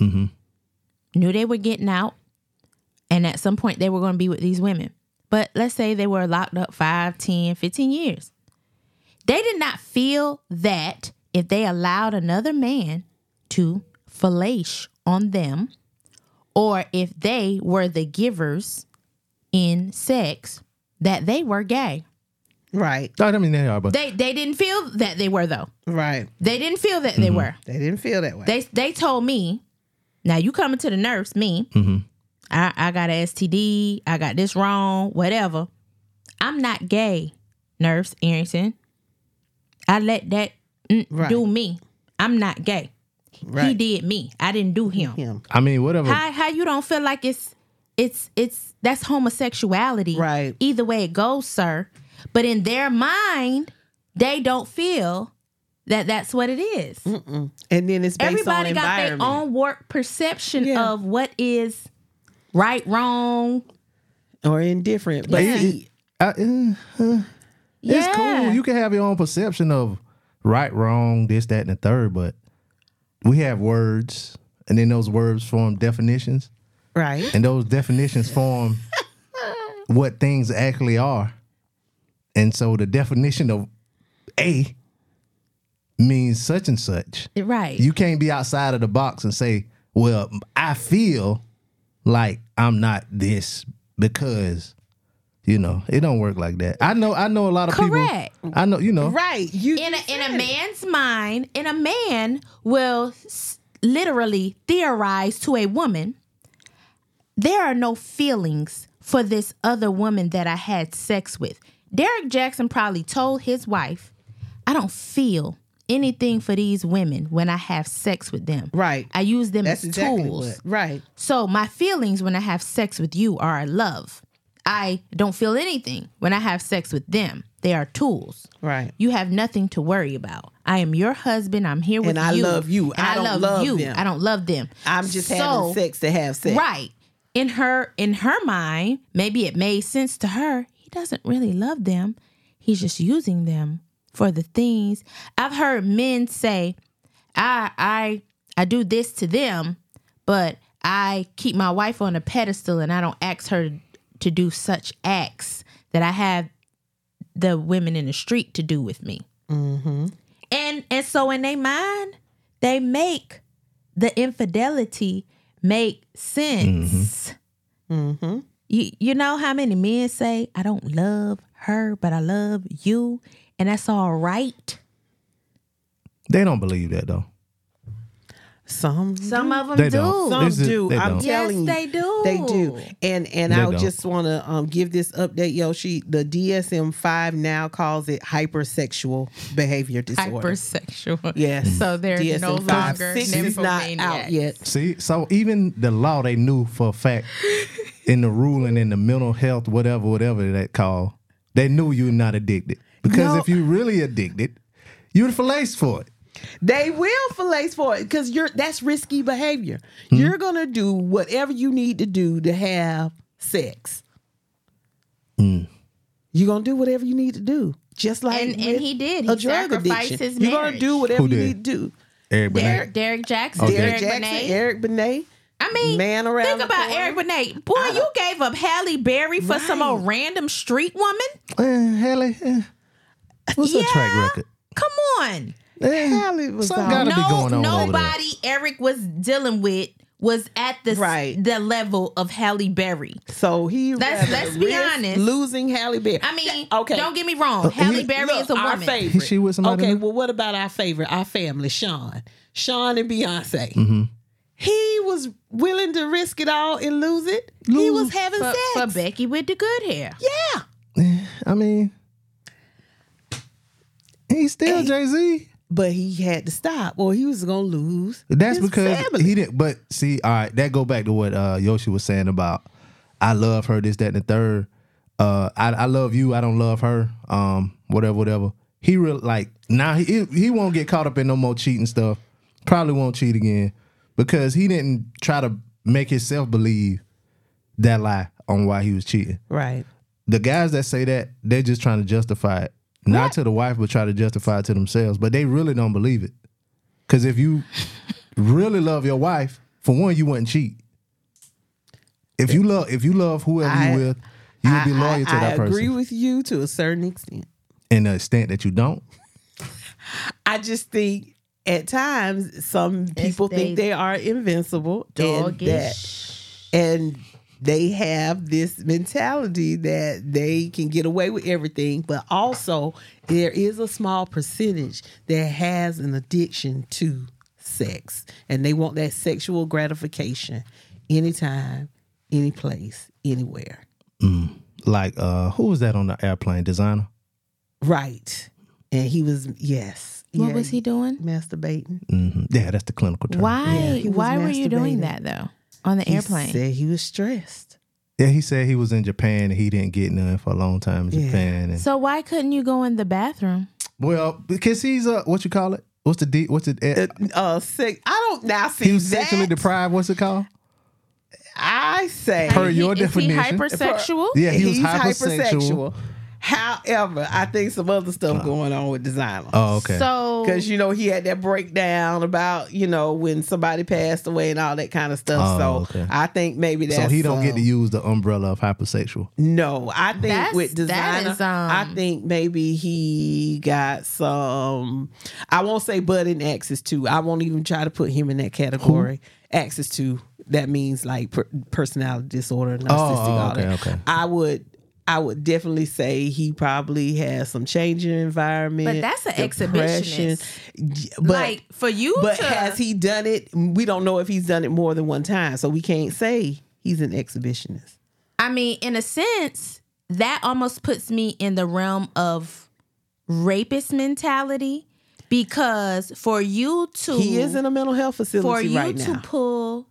S2: Knew they were getting out, and at some point they were going to be with these women. But let's say they were locked up 5, 10, 15 years. They did not feel that if they allowed another man to fellate on them, or if they were the givers in sex, that they were gay.
S1: Right,
S3: I mean, they are, but
S2: They they didn't feel that they were though.
S1: right.
S2: They didn't feel that they were.
S1: They didn't feel that way.
S2: They they told me, now you coming to the nurse, me. I I got a STD. I got this wrong. Whatever. I'm not gay, nurse Arrington. I let that mm,
S1: Right.
S2: do me. I'm not gay. He
S1: Right.
S2: did me. I didn't do him.
S1: him.
S3: I mean, whatever.
S1: Mm.
S2: How how you don't feel like it's it's it's that's homosexuality.
S1: Right.
S2: Either way it goes, sir. But in their mind, they don't feel that that's what it is.
S1: And then it's based
S2: Everybody
S1: on
S2: got their
S1: Mm, environment.
S2: own warped perception
S1: Yeah.
S2: of what is right, wrong.
S1: or indifferent. But
S3: Yeah.
S1: see,
S3: I, eh, eh. It's
S2: Yeah.
S3: cool. You can have your own perception of right, wrong, this, that, and the third, but we have words, and then those words form definitions,
S1: right,
S3: and those definitions form what things actually are. And so the definition of A means such and such.
S2: Right.
S3: You can't be outside of the box and say, well, I feel like I'm not this because, you know, it don't work like that. I know, I know a lot of
S2: Correct.
S3: people. I know, you know,
S1: right. You
S2: in a, in
S1: said
S2: a
S1: it.
S2: man's mind, in a man will s- literally theorize to a woman, there are no feelings for this other woman that I had sex with. Derek Jackson probably told his wife, I don't feel anything for these women when I have sex with them.
S1: Right.
S2: I use them
S1: That's
S2: as
S1: exactly
S2: tools.
S1: what. Right.
S2: So my feelings when I have sex with you are love. I don't feel anything when I have sex with them. They are tools.
S1: Right.
S2: You have nothing to worry about. I am your husband. I'm here with
S1: And I
S2: you.
S1: love you.
S2: And
S1: I don't love them.
S2: I don't love them.
S1: I'm just
S2: So,
S1: having sex to have sex.
S2: Right. In her in her mind, maybe it made sense to her. He doesn't really love them. He's just using them for the things. I've heard men say, I I I do this to them, but I keep my wife on a pedestal and I don't ask her to do such acts that I have the women in the street to do with me. And and so in their mind, they make the infidelity make sense.
S1: Mm-hmm.
S2: You you know how many men say, I don't love her, but I love you, and that's all right.
S3: they don't believe that though.
S1: Some
S2: Some of them
S3: They
S2: do.
S3: don't.
S1: Some
S3: This is-
S1: do.
S3: they
S1: I'm
S3: don't.
S1: telling
S2: Yes,
S1: you,
S2: they do.
S1: They do. And and
S3: They
S1: I
S3: don't.
S1: just want to um, give this update, Yoshi. The DSM five now calls it hypersexual behavior disorder.
S2: Hypersexual.
S1: yes.
S2: So they're
S1: DSM-5.
S2: no longer
S1: six is not out
S2: nymphomaniacs.
S1: yet.
S3: See, so even the law they knew for a fact in the ruling in the mental health, whatever, whatever that call, they knew you're not addicted. Because
S1: No.
S3: if you really addicted, you're the fillets for it.
S1: They will fillet for it because you're that's risky behavior.
S3: Hmm?
S1: You're gonna do whatever you need to do to have sex.
S3: Mm.
S1: You're gonna do whatever you need to do, just like
S2: And- and
S1: with
S2: he did.
S1: a drug
S2: He sacrificed
S1: addiction.
S2: his
S1: You're gonna
S2: marriage.
S1: do whatever you
S3: did?
S1: need to do.
S3: Everybody.
S2: Derek, Derek Jackson.
S3: Okay.
S1: Eric
S2: Derek,
S1: Oh, Jackson,
S2: Benet.
S1: Eric Benet.
S2: I mean,
S1: Man around
S2: think
S1: the
S2: about
S1: corner.
S2: Eric Benet. Boy, you gave up Halle Berry for some
S1: Right.
S2: old random street woman.
S3: Eh, hell, eh, what's her track
S2: Yeah.
S3: record?
S2: Come on.
S3: Eh,
S1: Sally was
S3: something
S1: all-
S3: gotta be
S2: no,
S3: going on over there.
S2: nobody Eric was dealing with was at the s-
S1: Right.
S2: the level of Halle Berry.
S1: So he
S2: Let's-
S1: rather
S2: let's be
S1: risk
S2: honest.
S1: Losing Halle Berry.
S2: I mean,
S1: That- okay.
S2: don't get me
S3: Uh,
S2: wrong. Halle Berry
S1: Look,
S2: is a
S1: Our
S2: woman.
S1: favorite.
S3: Is she with somebody
S1: Okay.
S3: now?
S1: Well, what about our favorite? Our family, Sean, Sean and Beyonce.
S3: Mm-hmm.
S1: He was willing to risk it all and lose it. He was having
S2: for, for
S1: sex.
S2: Becky with the good hair.
S1: yeah.
S3: I mean, he's still Jay Z.
S1: But he had to stop, or he was gonna lose.
S3: That's
S1: his
S3: because
S1: family.
S3: he didn't. But see, all right, that go back to what uh, Yoshi was saying about I love her, this, that, and the third. uh, I, I love you. I don't love her. Um, whatever, whatever. He real like now he he won't get caught up in no more cheating stuff. Probably won't cheat again because he didn't try to make himself believe that lie on why he was cheating.
S1: Right.
S3: The guys that say that they're just trying to justify it, not to the wife, but try to justify it to themselves. But they really don't believe it because if you really love your wife, for one, you wouldn't cheat. If you love, if you love whoever
S1: I-
S3: you with, you would be
S1: I-
S3: loyal
S1: I,
S3: to that
S1: I
S3: person.
S1: agree with you to a certain extent.
S3: in the extent that you don't.
S1: I just think at times some people think
S2: they-
S1: they are invincible and, that,
S2: Doggish.
S1: and they have this mentality that they can get away with everything, but also there is a small percentage that has an addiction to sex and they want that sexual gratification anytime, any place, anywhere.
S3: Like uh who was that on the airplane designer?
S1: Right. And he was yes.
S2: What
S1: Yeah,
S2: was he doing?
S1: masturbating?
S3: hmm Yeah, that's the clinical term.
S2: Why?
S1: he was
S2: why were you doing
S1: masturbating.
S2: that though? On the
S1: He
S2: airplane.
S1: said he was stressed.
S3: Yeah, he said he was in Japan and he didn't get none for a long time in
S1: Yeah.
S3: Japan. And,
S2: So why couldn't you go in the bathroom?
S3: well, because he's a what you call it? What's the D? What's it?
S1: Uh, uh, sex. I don't now see
S3: he was
S1: that.
S3: sexually deprived. What's it called?
S1: I say
S3: Per
S2: Is he-
S3: your
S2: is
S3: definition.
S2: he hypersexual?
S3: Yeah, he was
S1: he's
S3: hypersexual.
S1: hypersexual. However, I think some other stuff going on with designer.
S3: Oh, okay.
S2: So
S1: because you know he had that breakdown about you know when somebody passed away and all that kind of stuff.
S3: Oh,
S1: so
S3: okay.
S1: I think maybe that's
S3: so he don't get
S1: um,
S3: to use the umbrella of hypersexual.
S1: No, I think
S2: That's-
S1: with
S2: that
S1: designer,
S2: is,
S1: I
S2: um,
S1: think maybe he got some. I won't say budding access to. I won't even try to put him in that category. Access to that means like per- personality disorder, narcissistic.
S3: oh,
S1: all that.
S3: okay, okay.
S1: I would, I would definitely say he probably has some change in environment.
S2: But that's an
S1: depression.
S2: exhibitionist.
S1: J- But,
S2: like for you
S1: but
S2: to
S1: has he done it? We don't know if he's done it more than one time, so we can't say he's an exhibitionist.
S2: I mean, in a sense, that almost puts me in the realm of rapist mentality because for you to
S1: He is in a mental health facility
S2: for you
S1: right
S2: to
S1: now.
S2: pull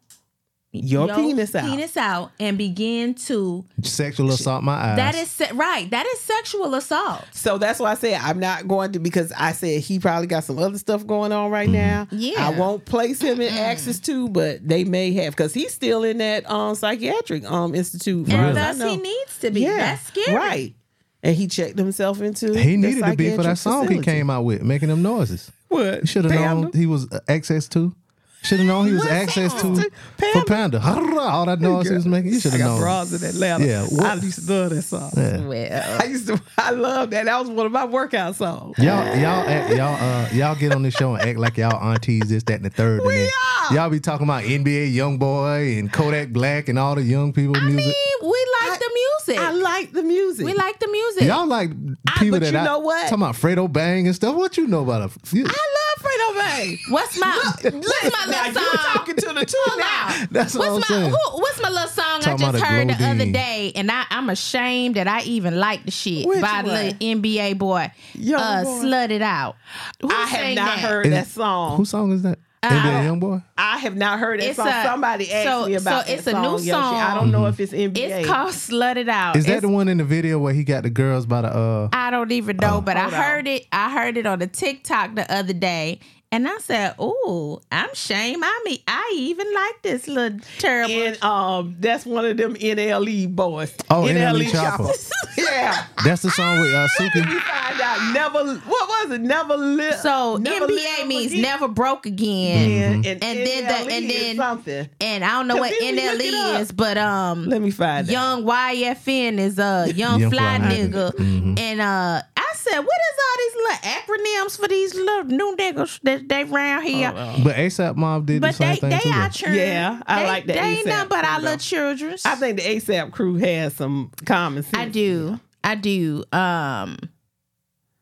S1: Your penis out.
S2: penis out and begin to
S3: Sexual assault my eyes.
S2: that is se- right that is sexual assault.
S1: So that's why I said I'm not going to because I said he probably got some other stuff going on right now.
S2: Yeah. Mm.
S1: I won't place him in access to, but they may have because he's still in that um psychiatric um institute. far
S2: And
S1: as I
S2: thus he
S1: know.
S2: needs to be. That's scary.
S1: Right. And he checked himself into
S3: he
S1: the
S3: needed to be for that
S1: psychiatric
S3: song he
S1: facility.
S3: came out with, making them noises.
S1: What?
S3: Should have
S1: Panda?
S3: known he was uh, access to. Should have known he was
S1: What's
S3: access
S1: access
S3: to
S1: to?
S3: for Panda. All that noise he was making. You should
S1: I
S3: have
S1: got
S3: known.
S1: bras in Atlanta.
S3: Yeah, what-
S1: I used to love that song.
S3: Yeah.
S2: Well,
S1: I used to I love that. That was one of my workout songs.
S3: Y'all, y'all, act, y'all, uh, y'all get on this show and act like y'all aunties this, that, and the third. and then
S1: are.
S3: Y'all be talking about NBA Young Boy and Kodak Black and all the young people
S2: I mean, we
S3: music.
S2: like the music.
S1: I like the music.
S2: we like the music. <laughs>
S3: y'all like
S2: Ah,
S3: people
S1: but
S3: that
S1: you
S3: I,
S1: know what?
S3: talking about Fredo Bang and stuff. What you know about a? You,
S1: I love Fredo Bay.
S2: What's my what's my
S1: Now you
S2: little song?
S1: talking to the two now.
S3: that's what
S2: What's
S3: I'm
S2: my
S3: saying.
S2: who, what's my little song
S3: Talking
S2: I
S3: about
S2: just
S3: a
S2: heard the
S3: Glodine.
S2: other day, and I, I'm ashamed that I even like the shit
S1: Which
S2: by
S1: one?
S2: the NBA boy,
S1: Young
S2: uh,
S1: boy.
S2: slut it out. Who
S1: I have
S2: sang
S1: not
S2: that? Uh,
S1: heard
S3: Is-
S1: that song.
S3: Who song is that? NBA Young Boy.
S1: I have not heard that
S2: It's
S1: song.
S2: a-
S1: Somebody asked
S2: so-
S1: me about
S2: so it's
S1: that
S2: a new
S1: song, Yoshi. I
S2: song.
S1: don't know if it's NBA.
S2: It's called slut it out.
S3: Is that
S2: It's-
S3: the one in the video where he got the girls by the? uh
S2: I don't even know, but I
S1: Hold on.
S2: heard it. I heard it on the TikTok the other day, and I said, "Ooh, I'm shame. I mean, I even like this little terrible."
S1: and um, that's one of them NLE boys. E
S3: Oh, NLE Chopper.
S2: <laughs>
S1: yeah.
S3: That's the song with uh, Suki.
S1: We find out never. What was it? Never live.
S2: so
S1: never
S2: NBA
S1: live
S2: means
S1: again.
S2: never broke again,
S1: And,
S2: And then the- and
S1: NLE is
S2: then-
S1: something.
S2: and I don't know what
S1: Continue, look it
S2: NLE
S1: up.
S2: is, but um,
S1: Let me find out.
S2: young YFN is a young,
S3: Young
S2: fly,
S3: fly
S2: nigga.
S3: nigga. Mhm.
S2: And uh I said, what is all these little acronyms for these little new niggas that they round here?
S3: But ASAP Mob did
S2: but
S3: the
S2: they
S3: same thing
S2: they
S3: too.
S2: our
S3: though.
S2: children.
S1: uh, Yeah, I
S2: they,
S1: like the
S2: They ain't
S1: ASAP
S2: nothing but our
S1: crew, though.
S2: little children.
S1: I think the ASAP crew has some common sense.
S2: I do. I do. Um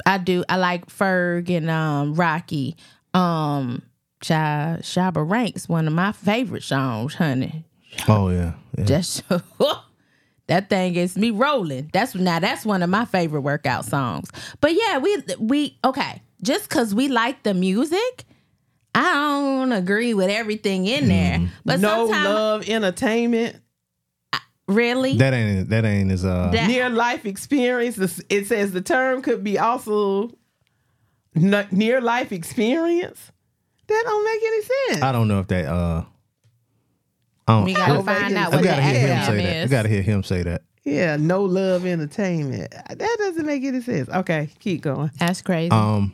S2: I do. I like Ferg and um Rocky. Um Sha Shaba Ranks, one of my favorite songs, honey.
S3: Oh yeah. yeah.
S2: That's <laughs> that thing gets me rolling. That's now that's one of my favorite workout songs. But yeah, we we okay. Just cause we like the music, I
S3: Mm.
S2: don't agree with everything in there. But
S1: no
S2: sometimes
S1: love entertainment.
S2: Really?
S3: That ain't that ain't his uh
S2: That-
S1: Near life experience. this- It says the term could be also near life experience. That don't make any sense.
S3: I don't know if that uh I don't
S2: we gotta
S1: Well,
S2: find out
S1: I
S3: we
S2: what
S3: gotta
S2: that
S3: hear him
S2: acronym
S3: say that. We
S2: is.
S3: gotta hear him say that.
S1: yeah, no love entertainment. That doesn't make any sense. Okay, keep going.
S2: That's crazy.
S3: Um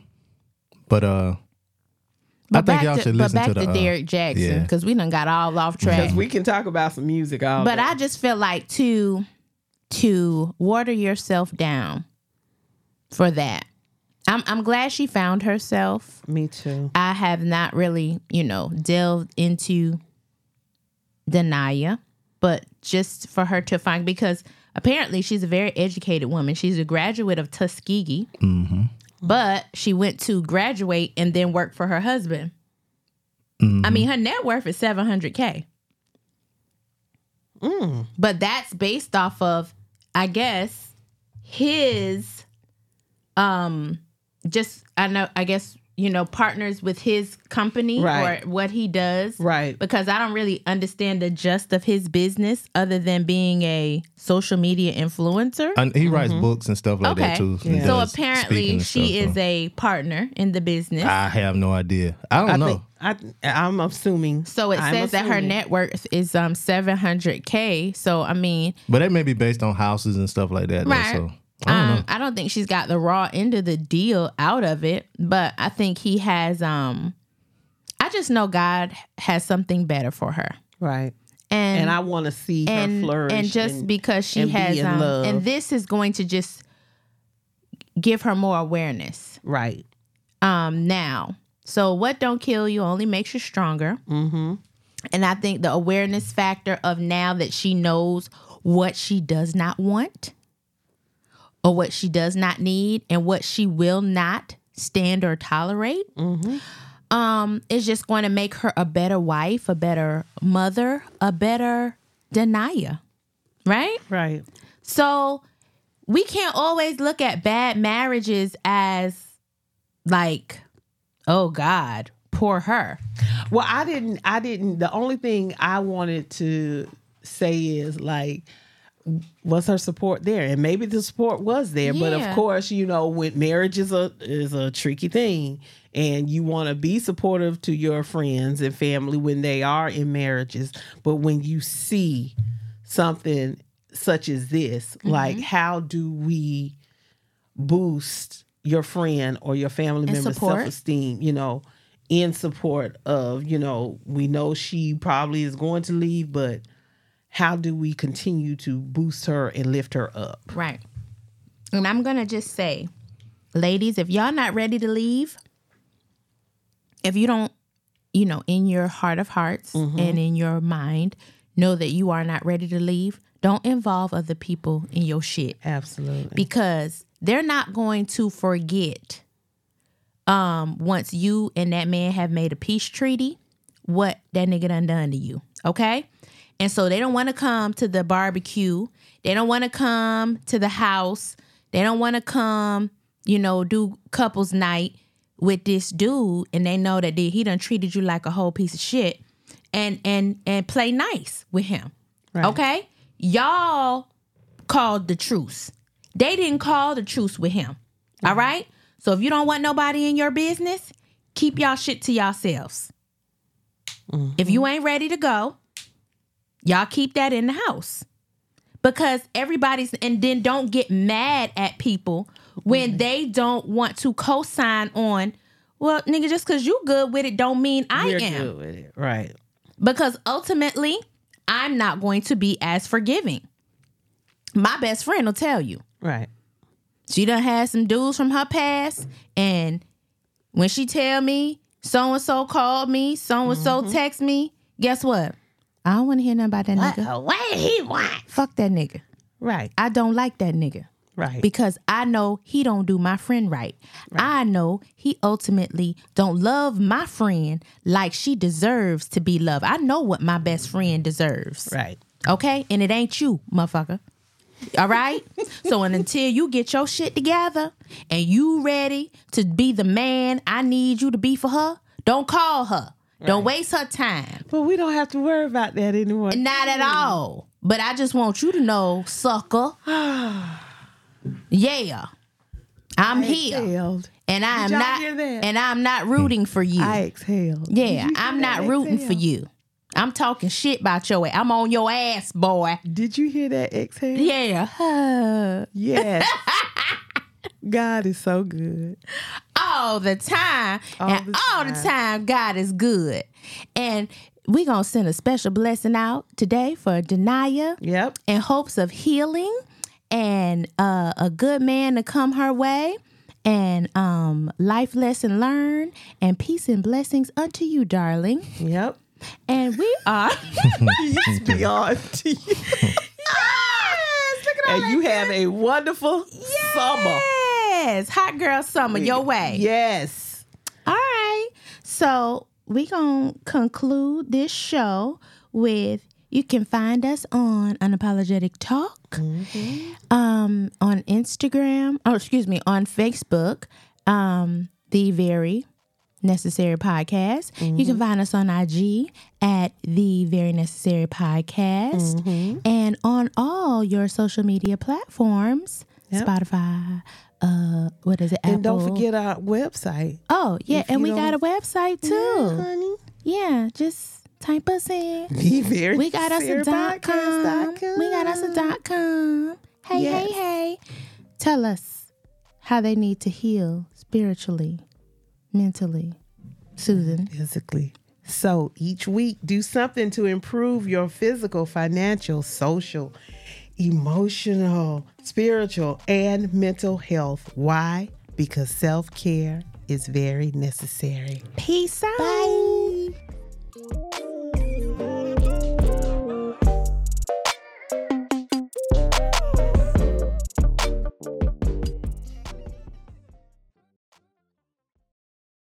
S3: but uh I think
S2: back
S3: y'all
S2: to,
S3: should
S2: but
S3: listen
S2: back
S3: to the, uh,
S2: Derek Jackson
S3: yeah.
S2: because we done got all off track.
S1: Because we can talk about some music all
S2: But
S1: day.
S2: I just feel like to to water yourself down for that. I'm I'm glad she found herself.
S1: Me too.
S2: I have not really, you know, delved into Denia, but just for her to find because apparently she's a very educated woman. She's a graduate of Tuskegee,
S3: hmm
S2: but she went to graduate and then work for her husband.
S3: Mm-hmm.
S2: I
S1: Mm-hmm.
S2: mean, her net worth is 700K.
S1: Mm.
S2: But that's based off of, I guess, his, um, just, I know, I guess, you know, partners with his company
S1: Right.
S2: or what he does.
S1: Right.
S2: Because I don't really understand the gist of his business other than being a social media influencer.
S3: And he writes books and stuff like that
S2: Mm-hmm. Okay.
S3: too. and
S1: Yeah.
S2: So
S3: does speaking
S2: apparently
S3: and
S2: she
S3: stuff,
S2: is
S3: so.
S2: a partner in the business.
S3: I have Oh, no idea. I don't know.
S1: I I'm assuming.
S2: so it
S1: I'm
S2: says that her
S1: assuming.
S2: net worth is um 700k. So I mean,
S3: but that may be based on houses and stuff like that. though,
S2: Right.
S3: so I don't
S2: um,
S3: know.
S2: I don't think she's got the raw end of the deal out of it, but I think he has um I just know God has something better for her.
S1: Right.
S2: And
S1: And I want to see her flourish.
S2: and just
S1: and-
S2: because she
S1: and be
S2: has
S1: in
S2: um,
S1: love.
S2: and this is going to just give her more awareness
S1: right.
S2: um now. So what don't kill you only makes you stronger.
S1: Mm-hmm.
S2: And I think the awareness factor of now that she knows what she does not want or what she does not need and what she will not stand or tolerate
S1: Mm-hmm.
S2: um is just going to make her a better wife, a better mother, a better denier. Right?
S1: Right.
S2: So we can't always look at bad marriages as like oh god, poor her.
S1: Well, I didn't. I didn't. The only thing I wanted to say is like, was her support there? And maybe the support was there, but
S2: Yeah.
S1: of course, you know, when marriage is a is a tricky thing, and you want to be supportive to your friends and family when they are in marriages, but when you see something such as this,
S2: Mm-hmm.
S1: like how do we boost your friend or your family member's
S2: support.
S1: self esteem, you know, in support of, you know, we know she probably is going to leave, but how do we continue to boost her and lift her up?
S2: Right. And I'm going to just say, ladies, if y'all not ready to leave, if you don't, you know, in your heart of hearts and in your mind, know that you are not ready to leave, don't involve other people in your shit
S1: Absolutely.
S2: because they're not going to forget um once you and that man have made a peace treaty what that nigga done done to you okay and so they don't want to come to the barbecue they don't want to come to the house they don't want to come you know do couples night with this dude and they know that they, he done treated you like a whole piece of shit and and and play nice with him okay y'all called the truce. They didn't call the truce with him.
S1: Mm-hmm.
S2: All right? So if you don't want nobody in your business, keep y'all shit to yourselves.
S1: Mm-hmm.
S2: If you ain't ready to go, y'all keep that in the house. Because everybody's and then don't get mad at people
S1: Mm-hmm.
S2: when they don't want to co-sign on, well, nigga, just cause you good with it don't mean I
S1: We're
S2: am
S1: good with it. Right.
S2: because ultimately I'm not going to be as forgiving. My best friend will tell you
S1: Right.
S2: she done had some dudes from her past, and when she tell me so and so called me, so and so text me, guess what? I don't want to hear nothing about that nigga.
S1: What he want?
S2: Fuck that nigga.
S1: Right.
S2: I don't like that nigga
S1: Right.
S2: because I know he don't do my friend right. I know he ultimately don't love my friend like she deserves to be loved. I know what my best friend deserves.
S1: right.
S2: Okay? And it ain't you, motherfucker.
S1: <laughs>
S2: All right? so and until you get your shit together and you ready to be the man I need you to be for her, don't call her. Don't waste her time.
S1: But we don't have to worry about that anymore.
S2: Not at all. But I just want you to know, sucker.
S1: <sighs>
S2: yeah. I'm here.
S1: Exhaled.
S2: And I am
S1: y'all
S2: not
S1: hear that?
S2: and I'm not rooting for you.
S1: I exhaled.
S2: yeah, I'm not rooting for you. I'm talking shit about your ass. I'm on your ass, boy.
S1: Did you hear that exhale?
S2: Yeah.
S1: <laughs>
S2: <sighs> <laughs>
S1: Yes. God is so good.
S2: all the time.
S1: All
S2: and
S1: the
S2: all the time, God is good. And we're going to send a special blessing out today for Denia
S1: Yep.
S2: in hopes of healing and uh, a good man to come her way. And um, life lesson learned, and peace and blessings unto you, darling.
S1: Yep.
S2: And we
S1: <laughs>
S2: are.
S1: Peace <laughs> be unto you.
S2: yes, look at all
S1: And
S2: that
S1: you have a wonderful summer.
S2: Yes, hot girl summer your way.
S1: Yes.
S2: All right. So we gonna conclude this show with you can find us on Unapologetic Talk,
S1: Mm-hmm.
S2: um, on Instagram, or excuse me, on Facebook, um, the very necessary podcast. You
S1: Mm-hmm.
S2: can find us on IG at the very necessary podcast
S1: Mm-hmm.
S2: and on all your social media platforms. Spotify, uh, what is it? Apple.
S1: And don't forget our website.
S2: Oh, yeah, and
S1: you
S2: we got a
S1: don't-
S2: website too.
S1: Honey.
S2: Yeah, just type us in.
S1: Be very
S2: We got us a dot com. We got us a dot com. Hey, hey,
S1: Yes.
S2: hey. Tell us how they need to heal spiritually, mentally. Susan.
S1: physically. So each week, do something to improve your physical, financial, social, emotional, spiritual, and mental health. Why? Because self care is very necessary.
S2: Peace out.
S1: Bye.